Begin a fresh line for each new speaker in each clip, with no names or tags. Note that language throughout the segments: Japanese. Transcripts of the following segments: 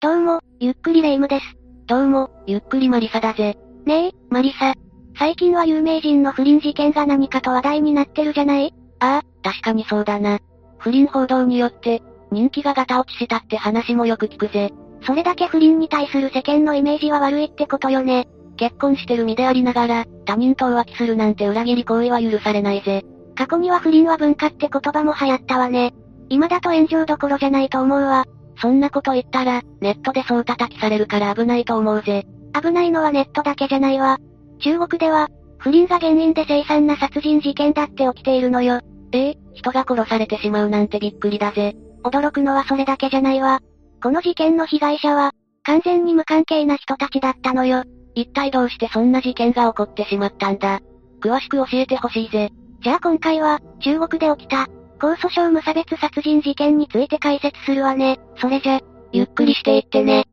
どうも、ゆっくりレ夢ムです。
どうも、ゆっくりマリサだぜ。
ねえ、マリサ。最近は有名人の不倫事件が何かと話題になってるじゃない
ああ、確かにそうだな。不倫報道によって、人気がガタ落ちしたって話もよく聞くぜ。
それだけ不倫に対する世間のイメージは悪いってことよね。
結婚してる身でありながら、他人と浮気するなんて裏切り行為は許されないぜ。
過去には不倫は文化って言葉も流行ったわね。今だと炎上どころじゃないと思うわ。
そんなこと言ったら、ネットでそう叩きされるから危ないと思うぜ。
危ないのはネットだけじゃないわ。中国では、不倫が原因で凄惨な殺人事件だって起きているのよ。
ええ、人が殺されてしまうなんてびっくりだぜ。
驚くのはそれだけじゃないわ。この事件の被害者は、完全に無関係な人たちだったのよ。
一体どうしてそんな事件が起こってしまったんだ。詳しく教えてほしいぜ。
じゃあ今回は、中国で起きた、江蘇省無差別殺人事件について解説するわね。それじゃ、
ゆっくりしていってね。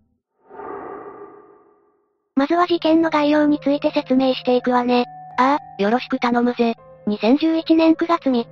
まずは事件の概要について説明していくわね。
ああ、よろしく頼むぜ。
2011年9月3日、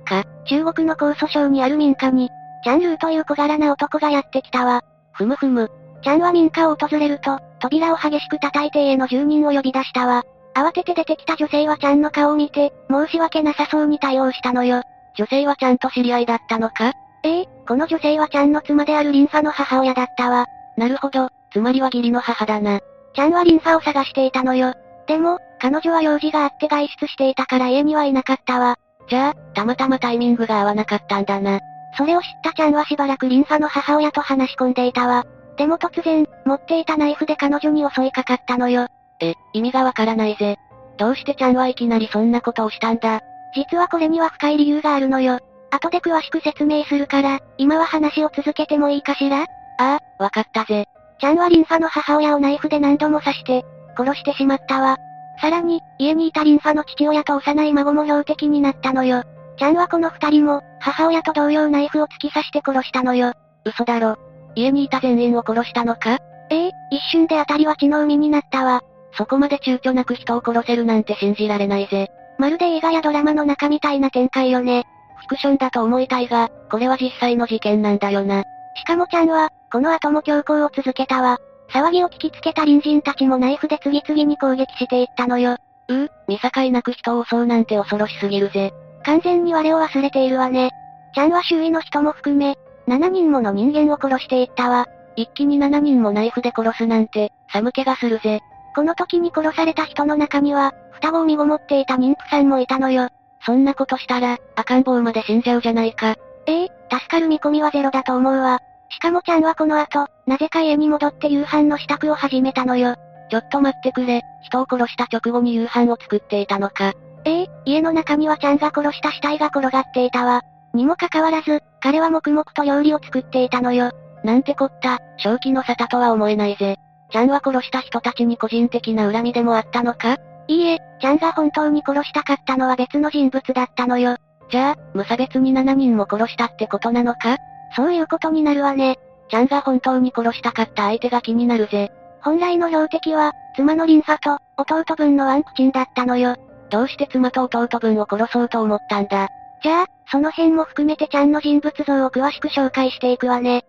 中国の江蘇省にある民家に、チャンルーという小柄な男がやってきたわ。
ふむふむ。
チャンは民家を訪れると、扉を激しく叩いて家の住人を呼び出したわ。慌てて出てきた女性はチャンの顔を見て、申し訳なさそうに対応したのよ。
女性はちゃんと知り合いだったのか
ええ、この女性はちゃんの妻であるリンファの母親だったわ。
なるほど、つまりは義理の母だな。
ちゃんはリンファを探していたのよ。でも、彼女は用事があって外出していたから家にはいなかったわ。
じゃあ、たまたまタイミングが合わなかったんだな。
それを知ったちゃんはしばらくリンファの母親と話し込んでいたわ。でも突然、持っていたナイフで彼女に襲いかかったのよ。
え、意味がわからないぜ。どうしてちゃんはいきなりそんなことをしたんだ
実はこれには深い理由があるのよ。後で詳しく説明するから、今は話を続けてもいいかしらあ
あ、わかったぜ。
ちゃんはリンファの母親をナイフで何度も刺して、殺してしまったわ。さらに、家にいたリンファの父親と幼い孫も標的になったのよ。ちゃんはこの二人も、母親と同様ナイフを突き刺して殺したのよ。
嘘だろ。家にいた全員を殺したのか
ええ、一瞬であたりは血の海になったわ。
そこまで躊躇なく人を殺せるなんて信じられないぜ。
まるで映画やドラマの中みたいな展開よね。
フィクションだと思いたいが、これは実際の事件なんだよな。
しかもちゃんは、この後も強行を続けたわ。騒ぎを聞きつけた隣人たちもナイフで次々に攻撃していったのよ。
うう、見境なく人を襲うなんて恐ろしすぎるぜ。
完全に我を忘れているわね。ちゃんは周囲の人も含め、7人もの人間を殺していったわ。
一気に7人もナイフで殺すなんて、寒気がするぜ。
この時に殺された人の中には、双子を身ごもっていた妊婦さんもいたのよ。
そんなことしたら、赤ん坊まで死んじゃうじゃないか。
ええ助かる見込みはゼロだと思うわ。しかもちゃんはこの後、なぜか家に戻って夕飯の支度を始めたのよ。
ちょっと待ってくれ、人を殺した直後に夕飯を作っていたのか。
ええ家の中にはちゃんが殺した死体が転がっていたわ。にもかかわらず、彼は黙々と料理を作っていたのよ。
なんてこった、正気の沙汰とは思えないぜ。ちゃんは殺した人たちに個人的な恨みでもあったのか
いいえ、ちゃんが本当に殺したかったのは別の人物だったのよ。
じゃあ、無差別に7人も殺したってことなのか
そういうことになるわね。
ちゃんが本当に殺したかった相手が気になるぜ。
本来の標的は、妻のリンファと、弟分のワンプチンだったのよ。
どうして妻と弟分を殺そうと思ったんだ
じゃあ、その辺も含めてちゃんの人物像を詳しく紹介していくわね。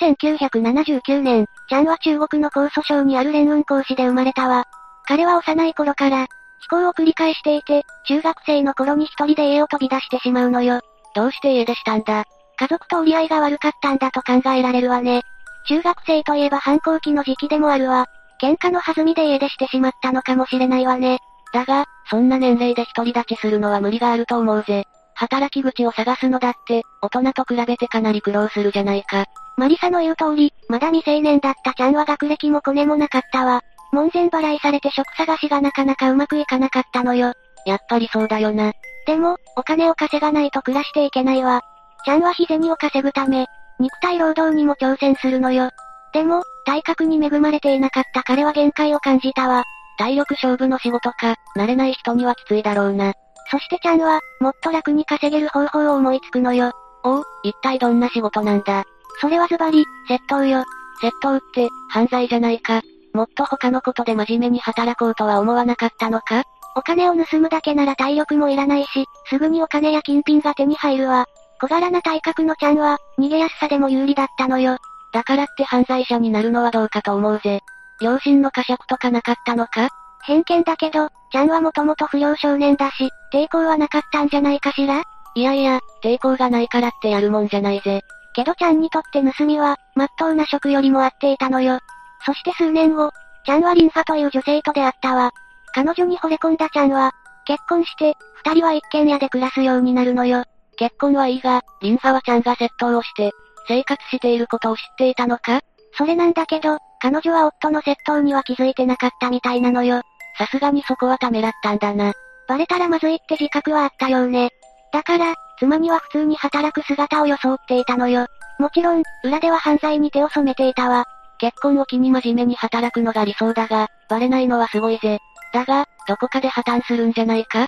1979年、チャンは中国の江蘇省にある蓮雲講師で生まれたわ。彼は幼い頃から、飛行を繰り返していて、中学生の頃に一人で家を飛び出してしまうのよ。
どうして家出したんだ
家族と折り合いが悪かったんだと考えられるわね。中学生といえば反抗期の時期でもあるわ。喧嘩の弾みで家出してしまったのかもしれないわね。
だが、そんな年齢で独り立ちするのは無理があると思うぜ。働き口を探すのだって、大人と比べてかなり苦労するじゃないか。
マリサの言う通り、まだ未成年だったちゃんは学歴もコネもなかったわ。門前払いされて職探しがなかなかうまくいかなかったのよ。
やっぱりそうだよな。
でも、お金を稼がないと暮らしていけないわ。ちゃんは日銭を稼ぐため、肉体労働にも挑戦するのよ。でも、体格に恵まれていなかった彼は限界を感じたわ。
体力勝負の仕事か、慣れない人にはきついだろうな。
そしてちゃんは、もっと楽に稼げる方法を思いつくのよ。
おお、一体どんな仕事なんだ
それはズバリ、窃盗よ。
窃盗って、犯罪じゃないか。もっと他のことで真面目に働こうとは思わなかったのか
お金を盗むだけなら体力もいらないし、すぐにお金や金品が手に入るわ。小柄な体格のちゃんは、逃げやすさでも有利だったのよ。
だからって犯罪者になるのはどうかと思うぜ。両親の呵責とかなかったのか
偏見だけど、ちゃんはもともと不良少年だし、抵抗はなかったんじゃないかしら
いやいや、抵抗がないからってやるもんじゃないぜ。
けどちゃんにとって盗みは、真っ当な職よりも合っていたのよ。そして数年後、ちゃんはリンファという女性と出会ったわ。彼女に惚れ込んだちゃんは、結婚して、二人は一軒家で暮らすようになるのよ。
結婚はいいが、リンファはちゃんが窃盗をして、生活していることを知っていたのか
それなんだけど、彼女は夫の窃盗には気づいてなかったみたいなのよ。
さすがにそこはためらったんだな。
バレたらまずいって自覚はあったようね。だから、妻には普通に働く姿を装っていたのよ。もちろん、裏では犯罪に手を染めていたわ。
結婚を機に真面目に働くのが理想だが、バレないのはすごいぜ。だが、どこかで破綻するんじゃないか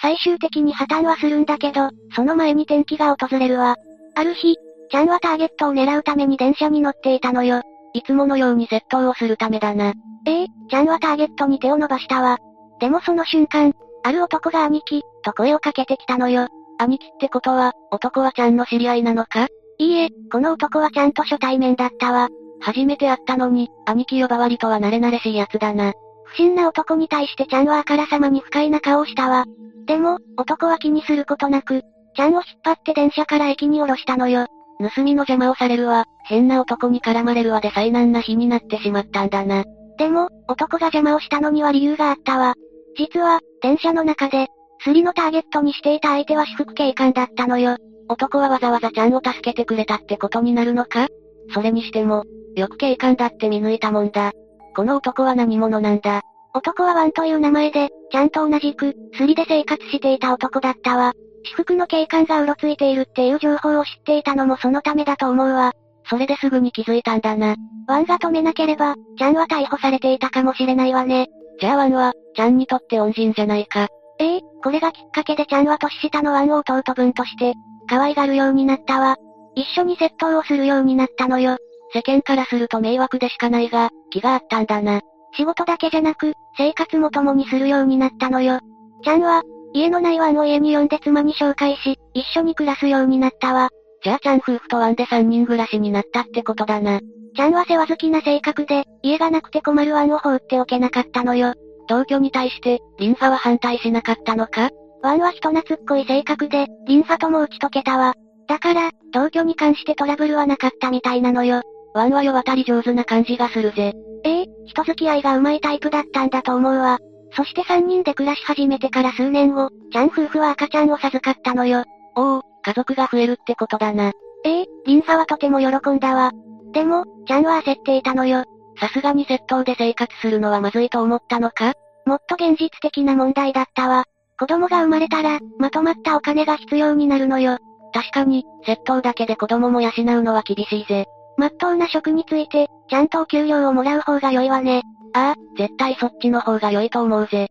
最終的に破綻はするんだけど、その前に転機が訪れるわ。ある日、ちゃんはターゲットを狙うために電車に乗っていたのよ。
いつものように窃盗をするためだな。
ええちゃんはターゲットに手を伸ばしたわ。でもその瞬間、ある男が兄貴、と声をかけてきたのよ。
兄貴ってことは、男はちゃんの知り合いなのか
いいえ、この男はちゃんと初対面だったわ。
初めて会ったのに、兄貴呼ばわりとは慣れ慣れしいやつだな。
不審な男に対してちゃんはあからさまに不快な顔をしたわ。でも、男は気にすることなく、ちゃんを引っ張って電車から駅に降ろしたのよ。
盗みの邪魔をされるわ、変な男に絡まれるわで災難な日になってしまったんだな。
でも、男が邪魔をしたのには理由があったわ。実は、電車の中で、スリのターゲットにしていた相手は私服警官だったのよ。
男はわざわざちゃんを助けてくれたってことになるのかそれにしても、よく警官だって見抜いたもんだ。この男は何者なんだ
男はワンという名前で、ちゃんと同じく、スリで生活していた男だったわ。私服の警官がうろついているっていう情報を知っていたのもそのためだと思うわ。
それですぐに気づいたんだな。
ワンが止めなければ、ちゃんは逮捕されていたかもしれないわね。
じゃあワンは、ちゃんにとって恩人じゃないか。
ええこれがきっかけでちゃんは年下のワンを弟分として、可愛がるようになったわ。一緒に窃盗をするようになったのよ。
世間からすると迷惑でしかないが、気があったんだな。
仕事だけじゃなく、生活も共にするようになったのよ。ちゃんは、家のないワンを家に呼んで妻に紹介し、一緒に暮らすようになったわ。
じゃあちゃん夫婦とワンで3人暮らしになったってことだな。
ちゃんは世話好きな性格で、家がなくて困るワンを放っておけなかったのよ。
同居に対して、リンファは反対しなかったのか
ワンは人懐っこい性格で、リンファとも打ち解けたわ。だから、同居に関してトラブルはなかったみたいなのよ。
ワンは世渡り上手な感じがするぜ。
ええ人付き合いが上手いタイプだったんだと思うわ。そして3人で暮らし始めてから数年後、ちゃん夫婦は赤ちゃんを授かったのよ。
おお、家族が増えるってことだな。
ええリンファはとても喜んだわ。でも、ちゃんは焦っていたのよ。
さすがに窃盗で生活するのはまずいと思ったのか
もっと現実的な問題だったわ。子供が生まれたら、まとまったお金が必要になるのよ。
確かに、窃盗だけで子供も養うのは厳しいぜ。
まっとうな職について、ちゃんとお給料をもらう方が良いわね。
ああ、絶対そっちの方が良いと思うぜ。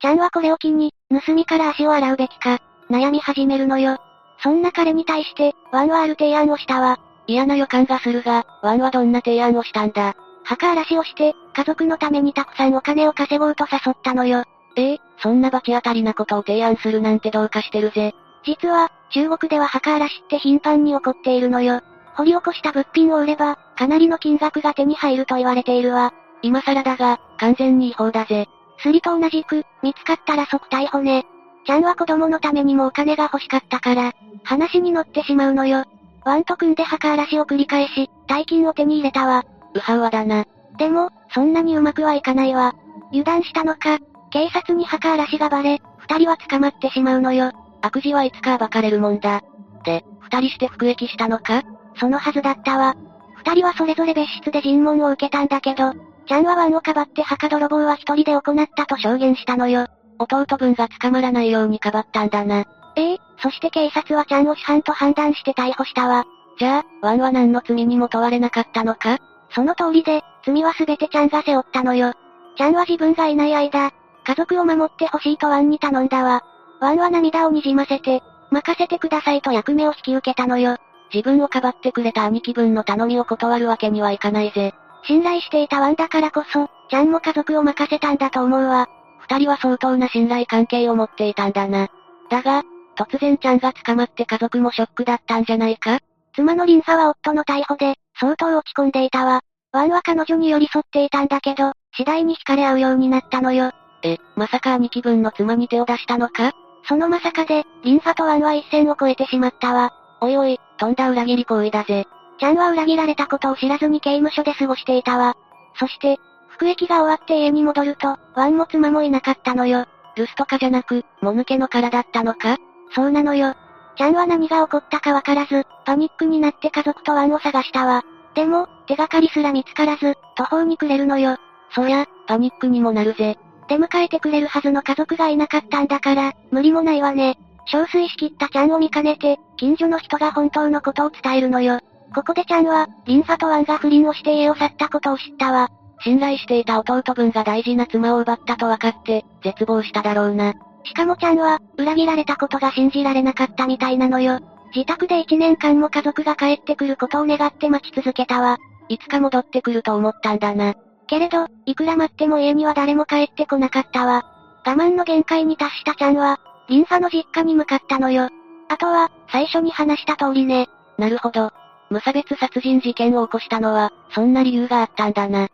ちゃんはこれを機に、盗みから足を洗うべきか、悩み始めるのよ。そんな彼に対して、ワンはある提案をしたわ。
嫌な予感がするが、ワンはどんな提案をしたんだ
墓荒らしをして、家族のためにたくさんお金を稼ごうと誘ったのよ。
ええそんな罰当たりなことを提案するなんてどうかしてるぜ。
実は、中国では墓荒らしって頻繁に起こっているのよ。掘り起こした物品を売れば、かなりの金額が手に入ると言われているわ。
今更だが、完全に違法だぜ。
スリと同じく、見つかったら即逮捕ね。ちゃんは子供のためにもお金が欲しかったから、話に乗ってしまうのよ。ワンと組んで墓荒らしを繰り返し、大金を手に入れたわ。
うはうはだな。
でも、そんなにうまくはいかないわ。油断したのか、警察に墓荒らしがバレ、二人は捕まってしまうのよ。
悪事はいつか暴かれるもんだ。で、二人して服役したのか
そのはずだったわ。二人はそれぞれ別室で尋問を受けたんだけど、ちゃんはワンをかばって墓泥棒は一人で行ったと証言したのよ。
弟分が捕まらないようにかばったんだな。
ええそして警察はちゃんを主犯と判断して逮捕したわ。
じゃあ、ワンは何の罪にも問われなかったのか
その通りで、罪はすべてちゃんが背負ったのよ。ちゃんは自分がいない間、家族を守ってほしいとワンに頼んだわ。ワンは涙をにじませて、任せてくださいと役目を引き受けたのよ。
自分をかばってくれた兄貴分の頼みを断るわけにはいかないぜ。
信頼していたワンだからこそ、ちゃんも家族を任せたんだと思うわ。
二人は相当な信頼関係を持っていたんだな。だが、突然ちゃんが捕まって家族もショックだったんじゃないか
妻のリンサは夫の逮捕で、相当落ち込んでいたわ。ワンは彼女に寄り添っていたんだけど、次第に惹かれ合うようになったのよ。
え、まさか兄貴分の妻に手を出したのか
そのまさかで、リンサとワンは一線を越えてしまったわ。
おいおい、とんだ裏切り行為だぜ。
ちゃんは裏切られたことを知らずに刑務所で過ごしていたわ。そして、服役が終わって家に戻ると、ワンも妻もいなかったのよ。
留守とかじゃなく、もぬけの殻だったのか
そうなのよ。ちゃんは何が起こったかわからず、パニックになって家族とワンを探したわ。でも、手がかりすら見つからず、途方に暮れるのよ。
そりゃ、パニックにもなるぜ。
出迎えてくれるはずの家族がいなかったんだから、無理もないわね。憔悴しきったちゃんを見かねて、近所の人が本当のことを伝えるのよ。ここでちゃんは、リンファとワンが不倫をして家を去ったことを知ったわ。
信頼していた弟分が大事な妻を奪ったと分かって、絶望しただろうな。
しかもちゃんは、裏切られたことが信じられなかったみたいなのよ。自宅で1年間も家族が帰ってくることを願って待ち続けたわ。
いつか戻ってくると思ったんだな。
けれど、いくら待っても家には誰も帰ってこなかったわ。我慢の限界に達したちゃんは、リンファの実家に向かったのよ。あとは、最初に話した通りね。
なるほど。無差別殺人事件を起こしたのは、そんな理由があったんだな。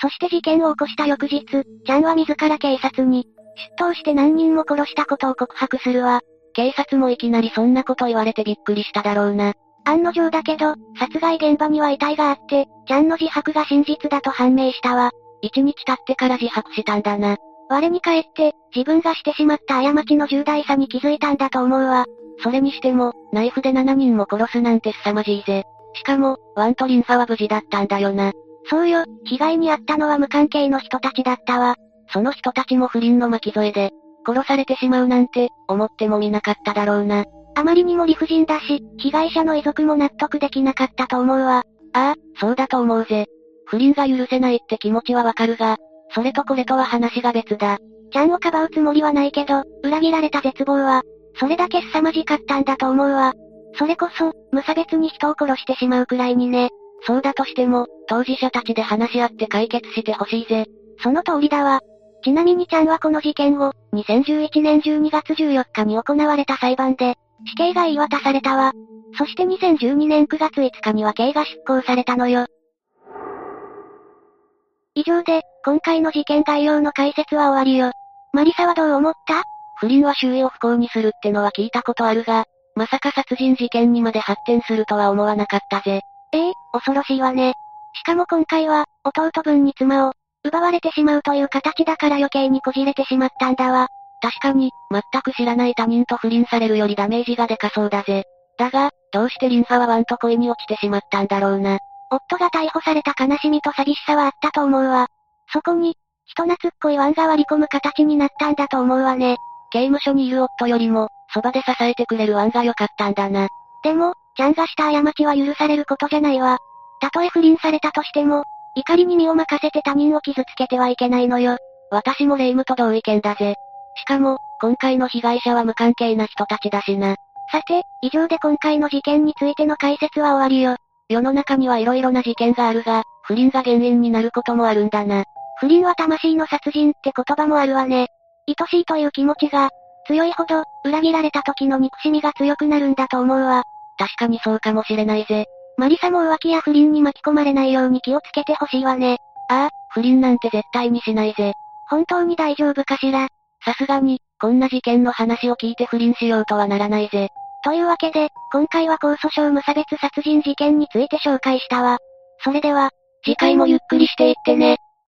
そして事件を起こした翌日、ちゃんは自ら警察に、出頭して何人も殺したことを告白するわ。
警察もいきなりそんなこと言われてびっくりしただろうな。
案の定だけど、殺害現場には遺体があって、ちゃんの自白が真実だと判明したわ。
一日経ってから自白したんだな。
我に返って、自分がしてしまった過ちの重大さに気づいたんだと思うわ。
それにしても、ナイフで7人も殺すなんて凄まじいぜ。しかも、ワンとリンファは無事だったんだよな。
そうよ、被害に遭ったのは無関係の人たちだったわ。
その人たちも不倫の巻き添えで、殺されてしまうなんて、思ってもみなかっただろうな。
あまりにも理不尽だし、被害者の遺族も納得できなかったと思うわ。
ああ、そうだと思うぜ。不倫が許せないって気持ちはわかるが、それとこれとは話が別だ。
ちゃんをかばうつもりはないけど、裏切られた絶望は、それだけ凄まじかったんだと思うわ。それこそ、無差別に人を殺してしまうくらいにね。
そうだとしても、当事者たちで話し合って解決してほしいぜ。
その通りだわ。ちなみにちゃんはこの事件後、2011年12月14日に行われた裁判で、死刑が言い渡されたわ。そして2012年9月5日には刑が執行されたのよ。以上で、今回の事件概要の解説は終わりよ。マリサはどう思った
不倫は周囲を不幸にするってのは聞いたことあるが、まさか殺人事件にまで発展するとは思わなかったぜ。
ええ恐ろしいわね。しかも今回は、弟分に妻を、奪われてしまうという形だから余計にこじれてしまったんだわ。
確かに、全く知らない他人と不倫されるよりダメージがでかそうだぜ。だが、どうしてリンファはワンと恋に落ちてしまったんだろうな。
夫が逮捕された悲しみと寂しさはあったと思うわ。そこに、人懐っこいワンが割り込む形になったんだと思うわね。
刑務所にいる夫よりも、そばで支えてくれるワンが良かったんだな。
でも、ちゃんがした過ちは許されることじゃないわ。たとえ不倫されたとしても、怒りに身を任せて他人を傷つけてはいけないのよ。
私もレイムと同意見だぜ。しかも、今回の被害者は無関係な人たちだしな。
さて、以上で今回の事件についての解説は終わりよ。
世の中には色々な事件があるが、不倫が原因になることもあるんだな。
不倫は魂の殺人って言葉もあるわね。愛しいという気持ちが、強いほど、裏切られた時の憎しみが強くなるんだと思うわ。
確かにそうかもしれないぜ。
マリサも浮気や不倫に巻き込まれないように気をつけてほしいわね。
ああ、不倫なんて絶対にしないぜ。
本当に大丈夫かしら。
さすがに、こんな事件の話を聞いて不倫しようとはならないぜ。
というわけで、今回は控訴訟無差別殺人事件について紹介したわ。それでは、
次回もゆっくりしていってね。